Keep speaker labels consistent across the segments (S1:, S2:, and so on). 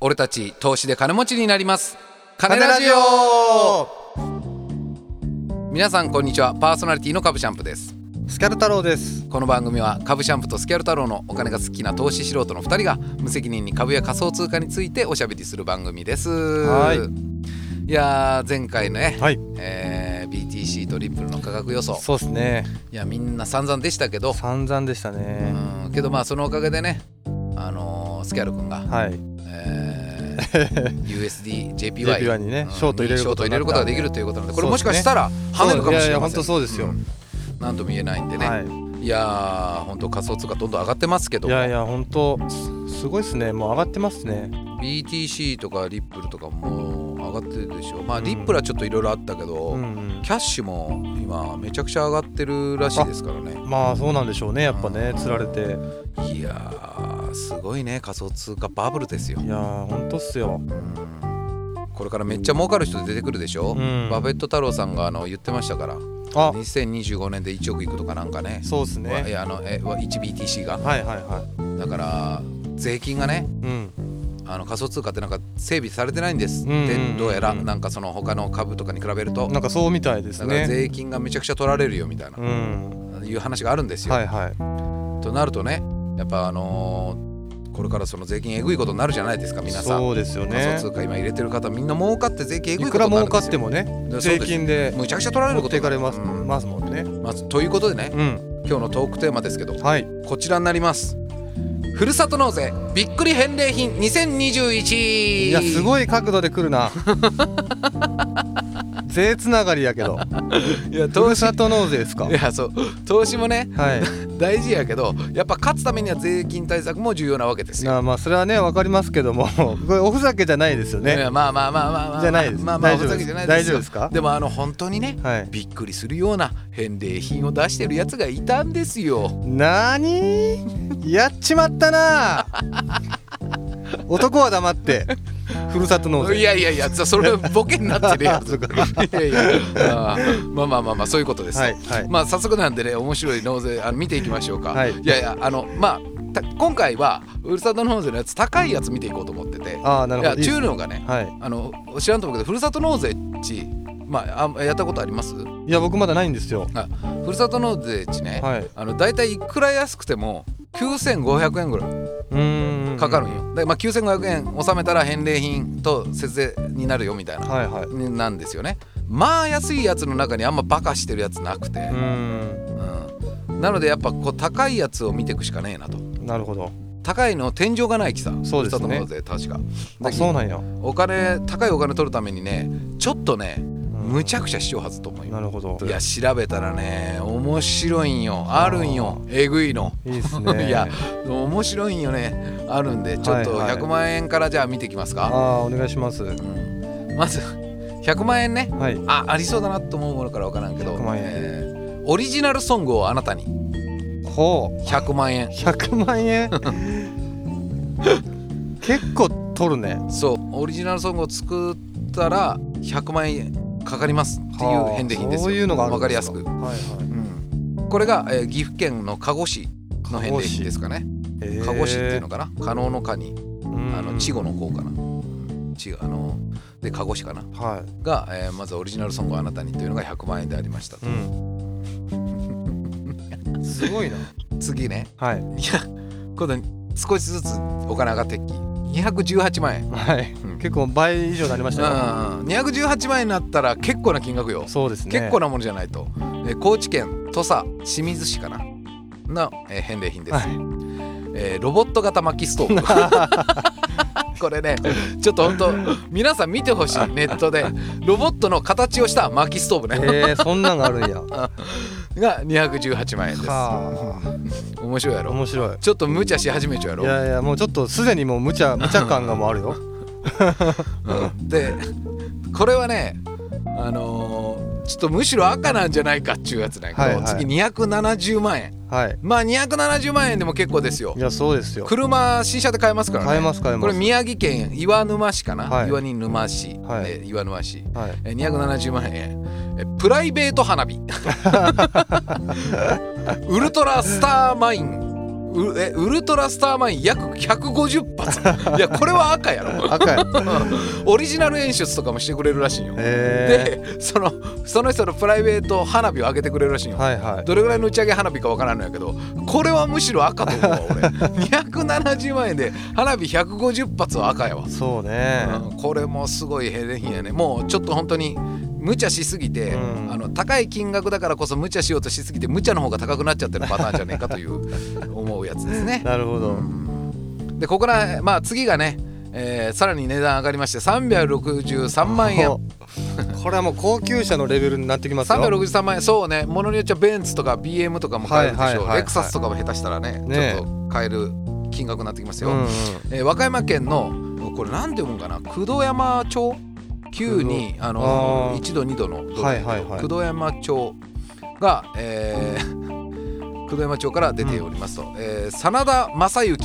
S1: 俺たち投資で金持ちになります金
S2: 金
S1: ラ
S2: ラ
S1: ジ
S2: ジ
S1: オ
S2: オ
S1: 皆さんこんにちはパーソナリティの株シャンプです
S2: スキャル太郎です
S1: この番組は株シャンプとスキャル太郎のお金が好きな投資素人の2人が無責任に株や仮想通貨についておしゃべりする番組です
S2: はい
S1: いやー前回ね、
S2: はい
S1: えー BTC とリップルの価格予想
S2: そうですね
S1: いやみんな散々でしたけど
S2: 散々でしたね
S1: うんけどまあそのおかげでねあのースキャル君が、
S2: はい
S1: えー USDJPY
S2: JPY にね
S1: うん
S2: ショート入れる
S1: ショ
S2: こ
S1: ート
S2: と
S1: 入
S2: に
S1: れ
S2: な
S1: る
S2: っ
S1: ことが
S2: た
S1: できるということなんでこれ
S2: そう
S1: も
S2: で
S1: し
S2: すね
S1: かしたら跳ねるかもしれません
S2: いやいや本当そうですよ
S1: んなんとも言えないんでね、
S2: はい
S1: い、やー本当仮想通貨どんどん上がってますけど
S2: いやいや本当すすごいですねもう上がってますね
S1: BTC とかリップルとかもう上がってるでしょまあ
S2: うん
S1: リップルはちょっといろいろあったけど、
S2: うんうん
S1: キャッシュも今めちゃくちゃ上がってるらしいですからね
S2: まあそうなんでしょうねやっぱねつられて
S1: いやーすごいね仮想通貨バブルですよ
S2: いやー本当っすよ
S1: うんこれからめっちゃ儲かる人出てくるでしょ、
S2: うん
S1: バフェット太郎さんがあの言ってましたから
S2: あ
S1: 2025年で1億いくとかなんかね
S2: そうです
S1: わい
S2: ね
S1: やあのえわ 1BTC が
S2: はいはいはい
S1: だから税金がね
S2: うん
S1: あの仮想通貨ってなんか整備されてないんですっ
S2: うんうん
S1: て
S2: うんうん
S1: どうやらなんかその他の株とかに比べると
S2: なんかそうみたいです
S1: だから
S2: ね
S1: 税金がめちゃくちゃ取られるよみたいな
S2: うん
S1: いう話があるんですよ
S2: はいはい
S1: となるとねやっぱあのーこれからその税金えぐいことになるじゃないですか皆さ
S2: そ
S1: ん
S2: うですよ
S1: 仮想
S2: ね
S1: 通貨今入れてる方みんな儲かって税金え
S2: い
S1: ぐい
S2: く
S1: こと
S2: ら
S1: になる
S2: 儲
S1: ん
S2: か
S1: で
S2: っ
S1: す
S2: て
S1: よ
S2: もね
S1: そうです
S2: 税金で
S1: むちゃくちゃ取られる
S2: 持
S1: こ
S2: っ
S1: と
S2: てい
S1: にな
S2: か
S1: る
S2: れます
S1: うん
S2: ますもんね
S1: まあ、ということでね
S2: うん
S1: 今日のトークテーマですけど
S2: はい
S1: こちらになりますふるさと納税びっくり返礼品2021
S2: いやす
S1: い
S2: ごい角度で来る な税つながりやけど
S1: いや
S2: ふ
S1: 投
S2: る
S1: 資
S2: さと納税ですか
S1: いやそう投資もね
S2: はい
S1: 大事やけどやっぱ勝つためには税金対策も重要なわけですよ、
S2: まあまあそれはねわかりますけどもこれおふざけじゃないですよ
S1: い
S2: ね
S1: やまあまあまあまあまあ
S2: じゃないです
S1: まあまあ
S2: 大丈
S1: お
S2: 夫
S1: ふざけじゃないですよ
S2: 大丈夫ですか
S1: でもあの本当にね
S2: はい
S1: びっくりするような返礼品を出してるやつがいたんですよ
S2: なーにーやっちまったなー男は黙ってふるさと納税
S1: いやいやいやそれボケになってるや つ
S2: そうか
S1: いやいやあーまあまあまあまあそういうことです、
S2: はいはい
S1: まあ早速なんでね面白い納税あの見ていきましょうか、
S2: はい
S1: いやいやあのまあた今回はウルサト納税のやつ高いやつ見ていこうと思ってて
S2: ああなる
S1: い
S2: ほ
S1: や
S2: どいいです
S1: 中のがね
S2: は
S1: あの知らんと思うけどふるさと納税っちまああやったことあります
S2: いいや僕まだないんですよ
S1: あふるさと納税っちね、
S2: はい
S1: あの大体いくら安くても9500円ぐらいう
S2: ーん
S1: かかるんよ、でまあ、9500円納めたら返礼品と節税になるよみたいな
S2: はいはい
S1: ねなんですよねまあ安いやつの中にあんまバカしてるやつなくて
S2: う、ー
S1: うんなのでやっぱこう高いやつを見てくしかねえなと
S2: んなるほど
S1: 高いの天井がないきさ
S2: そう
S1: ふる
S2: ですね
S1: さと納税確か
S2: あ
S1: だけど
S2: そうなんや、
S1: お金高いお金取るためにねちょっとね
S2: うん
S1: むちゃくちゃしちゃうはずと思うよ
S2: なるほど
S1: いや調べたらね面白いんよあるんよえぐいの、
S2: いいです ね
S1: いや面白いんよねあるんでちょっと
S2: はいはい
S1: 100万円からじゃあ見ていきます
S2: あ
S1: か、
S2: あお願いしますは
S1: うんまず100万円ね
S2: い
S1: あありそうだなと思うものから分からんけど
S2: 100万円
S1: えーオリジナルソングをあなたに
S2: ほう
S1: 100万円
S2: 100万円 結構取るね
S1: そうオリジナルソングを作ったら100万円かかりますっていう
S2: はあ
S1: 返礼品ですよ
S2: そういうのがある
S1: 分
S2: ん
S1: かり
S2: で
S1: や
S2: す
S1: すく、
S2: はいはい
S1: うんこれが、えー岐阜県の加護市の返礼品ですかね
S2: えー
S1: 加護市っていうのかな加納の加に
S2: うん
S1: あの稚語の子かな稚あので加護市かな
S2: は
S1: が、えーまずオリジナルソングをあなたにというのが100万円でありましたと
S2: いうん すごいな
S1: 次ね
S2: はい
S1: いや今度少しずつお金上がってっき218万円
S2: はい
S1: うん
S2: 結構倍以上になりましたよ
S1: うん218万円になったら結構な金額よ、
S2: そうですね
S1: 結構なものじゃないとえー高知県土佐清水市かなの、えー返礼品です、
S2: はい
S1: えーロボット型薪ストー ブこれねちょっと本当皆さん見てほしいネットでロボットの形をした薪ストーブね、
S2: えーそんなんがあ るんや
S1: が218万円です
S2: は
S1: 面白いや
S2: あ
S1: ろ
S2: 面白い
S1: ちょっと無茶し始めちゃうやろ
S2: いやいやもうちょっとすでにもう無茶無茶感がもうあるよ
S1: うんでこれはねあのーちょっとむしろ赤なんじゃないかっちゅうやつなんやけど、
S2: はいはい
S1: 次270万円
S2: はい
S1: まあ270万円でも結構ですよ
S2: いやそうですよ
S1: 車新車で買えますからね
S2: 買えます買えます
S1: これ宮城県岩沼市かな、
S2: はい
S1: 岩に沼市、
S2: はい
S1: え岩沼市
S2: はい
S1: え270万円えプラ イベート花火ウルトラスターマインうえウルトラスターマイン約150発い やこれは赤やろ
S2: 赤い
S1: オリジナル演出とかもしてくれるらしいよ
S2: え
S1: でそのその人のプライベート花火を上げてくれるらしいよ、
S2: ー、はいはい
S1: どれぐらいの打ち上げ花火かわからんのやけどこれはむしろ赤と思うわ俺270万円で花火150発は赤やわ、
S2: そうね、
S1: うんこれもすごい平然やねもうちょっと本当に無茶しすぎて、
S2: うん
S1: あの高い金額だからこそ無茶しようとしすぎて無茶の方が高くなっちゃってるパターンじゃねえかという思うやつですね。
S2: なるほど、
S1: うんでここから、まあ、次がね、えーさらに値段上がりまして363万円。
S2: おこれはもう高級車のレベルになってきますよ
S1: 363万円そうねものによっちゃベンツとか BM とかも買えるで
S2: はい
S1: し
S2: はい
S1: ょ
S2: はいはい
S1: レクサスとかも下手したらね
S2: ねえ
S1: ちょっと買える金額になってきますよ、
S2: うんうん
S1: えー和歌山県のこれなんて読むんかな工藤山町旧にあの
S2: あー
S1: 1度2度の道
S2: はいはいはい
S1: 工藤山町が、えー 工藤山町から出ておりますと、えー真田正幸甲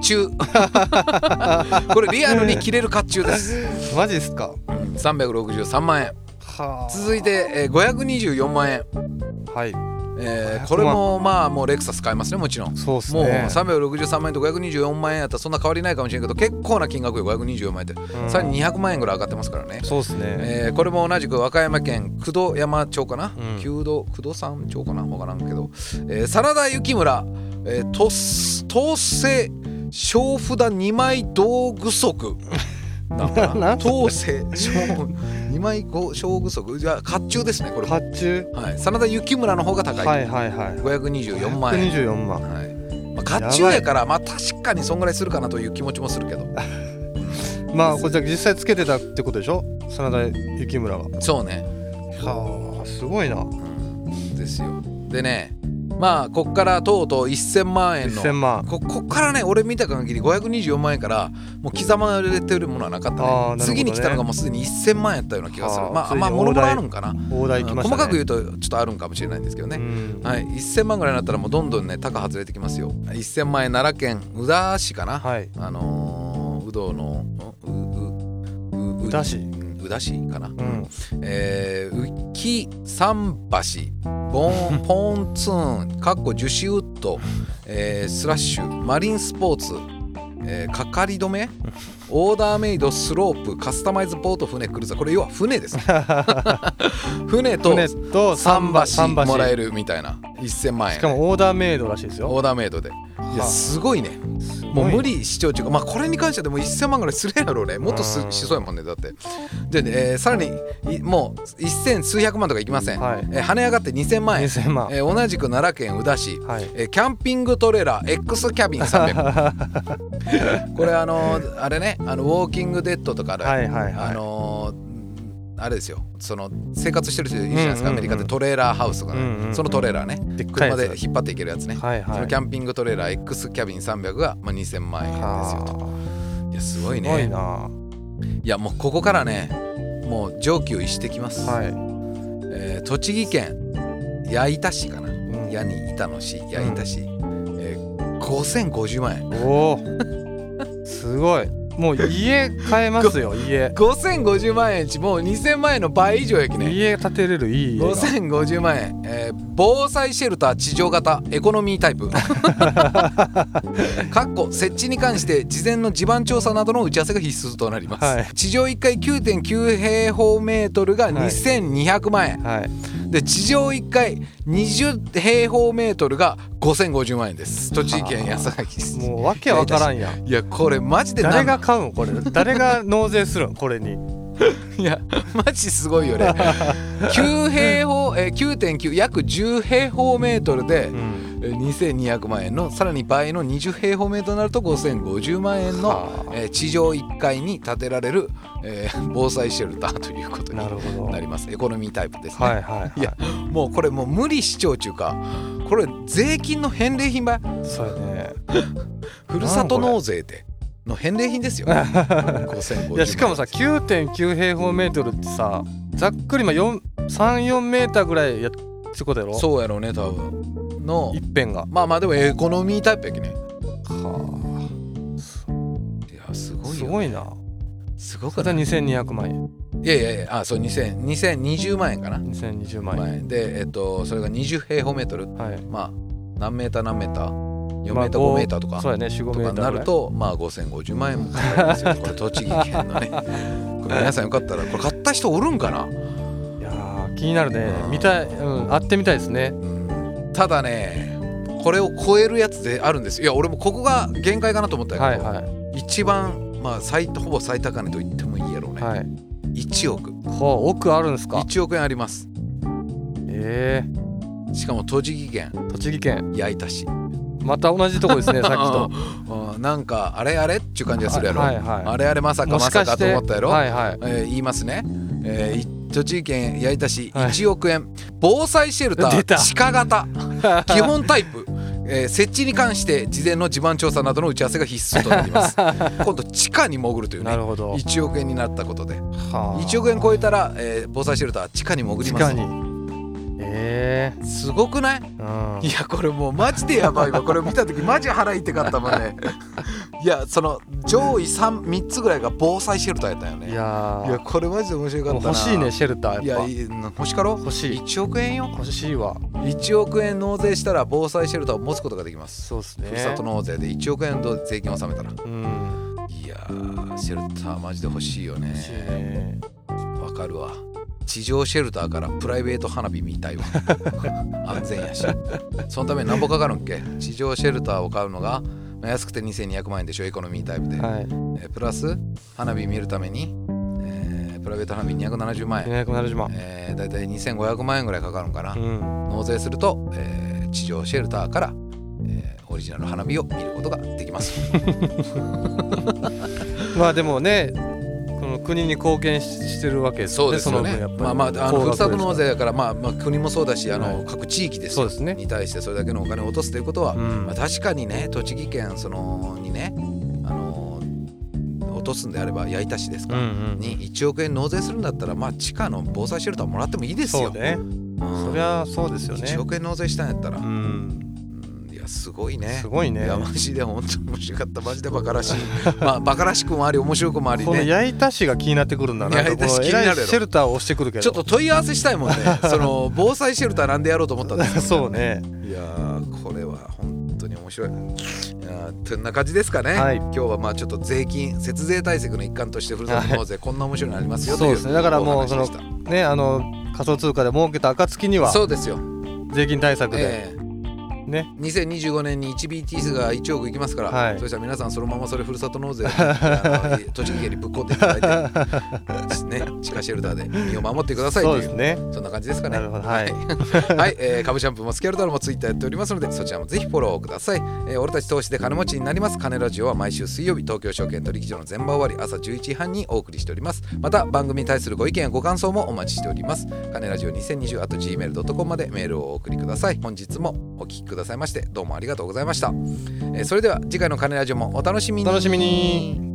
S1: 冑 これリアルに着れる甲冑です
S2: マジですか
S1: うん363万円
S2: はあ
S1: 続いて、えー524万円
S2: はい
S1: えー
S2: 500
S1: これもまあもうレクサス買えますねもちろん。
S2: そうっす
S1: もう
S2: ね
S1: 363万円と524万円やったらそんな変わりないかもしれんけど結構な金額よ524万円って
S2: うん
S1: さらに200万円ぐらい上がってますからね、
S2: そうっすね、
S1: えーこれも同じく和歌山県工藤山町かな、
S2: うん
S1: 工藤工藤山町かな分からんけど、えー、真田幸村、えー、とす統制小札2枚道具足なんかな
S2: なんつった
S1: 統制小2枚ご小具足じゃあ甲冑ですねこれも、
S2: 発注
S1: はい、真田幸村の方が高い、
S2: はいはいはい
S1: 524万円。
S2: 124万
S1: はいまあ、甲冑やからまあ確かにそんぐらいするかなという気持ちもするけど
S2: まあこれじゃあ実際つけてたってことでしょ真田幸村は
S1: そうね、
S2: はあすごいな
S1: うん、ですよでねまあこっからとうとう1000万円の
S2: 1000万
S1: ここっからね俺見た限り524万円からもう刻まれてるものはなかったね
S2: あーなるほどね
S1: 次に来たのがもうすでに1000万円やったような気がする
S2: はあ
S1: まあ
S2: ついに
S1: まあもろもろあるんかな、
S2: 大台
S1: う
S2: 来
S1: ん
S2: まし
S1: 細
S2: たね
S1: かく言うとちょっとあるんかもしれないんですけどね、
S2: うん
S1: はい、1000万ぐらいになったらもうどんどんね高外れてきますよ1000万円奈良県宇陀市かな、
S2: はい
S1: あのー、うどのうううう
S2: 宇陀市
S1: うん宇陀市かな、
S2: うん
S1: えー、浮き桟橋ボ ンポンツーンかっこ樹脂ウッド、えースラッシュマリンスポーツえー、かかり止 めオーダーメイドスロープカスタマイズボート船クルーザーこれ要は船 ですね船と
S2: 船と桟橋
S1: 桟橋もらえ
S2: る
S1: るみたいな1000万円
S2: しかもオーダーメイドらしいですよ
S1: オーダーメイドでいや
S2: はあ
S1: すごいね
S2: すごい
S1: もう無理しちゃうっていうかまあこれに関してはでも1000万ぐらいするやろ俺もっとす
S2: うん
S1: しそうやもんねだってで、えーさらにいもう1000数百万とかいきません、
S2: はい
S1: えー跳ね上がって2000万円、
S2: 2000万
S1: えー同じく奈良県宇陀市、
S2: はい
S1: えーキャンピングトレーラー X キャビン300 これあのーあれねあのウォーキングデッドとかある、
S2: はいはい
S1: あ
S2: は
S1: のーあれですよその生活してる人いるじゃないですか、
S2: うんうんうん
S1: アメリカでトレーラーハウスとかね、
S2: うんうんうん
S1: そのトレーラーね
S2: いでっかい
S1: 車
S2: やつ
S1: で引っ張っていけるやつね、
S2: はいはい
S1: そのキャンピングトレーラー X キャビン300が、まあ、2000万円ですよと
S2: はあ
S1: いやすごい
S2: す
S1: ね
S2: ごいなはい
S1: やもうここからねもう上級してきます、
S2: い
S1: えー栃木県矢板市かな
S2: うん
S1: 矢に板の市矢板市、えー5050万円
S2: おおすごいもう家買えま すよ家
S1: 5050万円うちもう2000万円の倍以上やきね
S2: 家建てれるいい家が
S1: 5050万円、えー防災シェルター地上型エコノミー タイプかっこ設置に関して事前の地盤調査などの打ち合わせが必須となります、
S2: はい
S1: 地上1階9.9平方メートルが2200万円、
S2: はい
S1: で地上1階20平方メートルが5050万円です栃木県安崎市
S2: もうわけわからんやん
S1: いやこれマジで
S2: 誰
S1: 何な
S2: が
S1: ん
S2: 買うんこれ 誰が納税するんこれに
S1: いやマジすごいよ ね9平方えー9.9約10平方メートルで
S2: うん
S1: えー2200万円のさらに倍の20平方メートルになると5050万円
S2: は
S1: の
S2: あ、
S1: えー地上1階に建てられる、えー防災シェルターということに
S2: なるほど
S1: なりますエコノミータイプですね、
S2: はいはい
S1: いやもうこれもう無理主張中かこれ税金の返礼品ばい
S2: そうやね
S1: ふるさと納税での返礼品ですよ 5050
S2: いやしかもさ9.9平方メートルってさざっくりまあ4 34メーターぐらいやってことやろ
S1: そうやろうね多分の
S2: 一辺が
S1: まあまあでもエコノミータイプやきね
S2: は
S1: はいやす
S2: あ
S1: ごい
S2: す
S1: よ
S2: ごいな
S1: すごく
S2: これ
S1: ない
S2: 2200万円
S1: いやいやいやあそう2000 2020万円かな、
S2: 2020万円
S1: 前でえっとそれが20平方メートル
S2: はい
S1: まあ何メーター何メーター4メ
S2: まあ
S1: ーター5メーターとか
S2: そうやね4 5
S1: と
S2: メ
S1: か
S2: ー
S1: に
S2: ター
S1: なるとまあ5050万円もかかりますよこれ栃木県のね これ皆さんよかったらこれ買った人おるんかな、
S2: いやー気になるね
S1: うん
S2: 見たい、うん、会ってみたいですね
S1: うんただねこれを超えるやつであるんですいや俺もここが限界かなと思ったけど、
S2: はいはい
S1: 一番まあ最ほぼ最高値と言ってもいいやろうね、
S2: はい
S1: 1億
S2: ほう奥あるんですか
S1: 1億円あります
S2: え
S1: しかも栃木県
S2: ー、栃木県
S1: 矢板 市
S2: また同じとこです ねさっきと
S1: うんうんなんかあれあれっていう感じがするやろ、
S2: はいはい
S1: あれあれまさかまさかと思ったやろ、
S2: はいはい
S1: えー言いますね、えーい栃木県矢板市
S2: はい
S1: 1億円、防災シェルタ
S2: 出た
S1: ー地下 型基本タイプ、えー設置に関して事前の地盤調査などの打ち合わせが必須となり ます今度地下に潜るという
S2: な
S1: ね
S2: るほど
S1: 1億円になったことで
S2: 1
S1: 1億円超えたら、えー防災シェルター地下に潜り
S2: 地
S1: ま
S2: 下
S1: す
S2: にえ
S1: すごくない
S2: えー、う
S1: い
S2: ん
S1: やこれもうマジでやばいわこれ見た時マジ腹痛かったもん ねいやその上位 3, 三つぐらいが防災シェルターやったよね
S2: いやー
S1: いやこれマジで面白か
S2: も
S1: っ
S2: う
S1: たな
S2: 欲しいねシェルター
S1: い
S2: やっ
S1: や
S2: ぱ
S1: いい欲しかろ
S2: 欲しい
S1: 1億円よ
S2: 欲しいわ
S1: 1億円納税したら防災シェルターを持つことができます、
S2: そうですね
S1: ふるさと納税で1億円の税金を納めたら
S2: うん
S1: いやーシェルターマジで欲しいよね
S2: 欲しいね
S1: わかるわ地上シェルターからプライベート花火見たいわ 安全やしそのために何ぼかかるんっけ地上シェルターを買うのがまあ安くて2200万円でしょエコノミータイプで、
S2: はい
S1: えープラス花火見るために、えープライベート花火270万円、
S2: 270万
S1: えー、大体2500万円ぐらいかかるんかな、
S2: うん
S1: 納税すると、えー地上シェルターから、えーオリジナル花火を見ることができます
S2: まあでもねこの国に貢献ししてるわけです ね
S1: そうですよね
S2: その分やっぱ
S1: まあ
S2: り
S1: まああの
S2: 高
S1: ふる
S2: 額
S1: さと
S2: ですから
S1: 納税だから、まあ、まあ国もそうだしあの、
S2: はい
S1: 各地域です
S2: そう
S1: よ
S2: ですね
S1: に対してそれだけのお金を落とすということは、
S2: うん
S1: まあ、確かにね栃木県そのにねあの落とすんであれば矢板市です
S2: う
S1: か、
S2: んうん
S1: に1億円納税するんだったらまあ地下の防災シェルターもらってもいいです
S2: そ
S1: よ。
S2: うね
S1: うん
S2: そりゃそうですよね
S1: 1億円納税したんやったら、
S2: う
S1: うんんいやすごいね
S2: す。ごい
S1: い
S2: ね
S1: やマジで本当に面白かったマジでバカらしいまあバカらしくもあり面白くもあり
S2: この
S1: ね
S2: 焼いたしが気になってくるんだな
S1: 焼いたし
S2: この
S1: 気になるやろ
S2: 偉いシェルターを押してくるけど
S1: ちょっと問い合わせしたい もんねその防災シェルターなんでやろうと思ったんです
S2: そうね
S1: いやーこれは本当に面白い。いやーてんな感じですかね、
S2: はい
S1: 今日はまあちょっと税金節税対策の一環としてふるさと納税、こんな面白いのありますよと
S2: そう
S1: い
S2: ですねだからもう
S1: お話でした
S2: ねあの仮想通貨で儲けた暁には
S1: そうですよ、
S2: 税金対策で
S1: ええ
S2: ね
S1: 2025年に 1BTS が1億いきますから、
S2: はい
S1: そしたら皆さんそのままそれふるさと納 税あの栃木県にぶっ込んでいただいて、ね、地下シェルターで身を守ってください
S2: そ
S1: と
S2: う
S1: い
S2: で
S1: う
S2: すね
S1: そんな感じですかね
S2: なるほどは
S1: は
S2: い
S1: い、はいえー、株シャンプーもスキャルダルもツイッターやっておりますのでそちらもぜひフォローください、えー俺たち投資で金持ちになります金ラジオは毎週水曜日東京証券取引所の前場終わり朝11時半にお送りしておりますまた番組に対するご意見やご感想もお待ちしております金ラジオ2020 at gmail.com までメールをお送りください本日もお聞きくださいましてどうもありがとうございました、えーそれでは次回の金ラジオもお楽しみ
S2: お
S1: に
S2: 楽しみに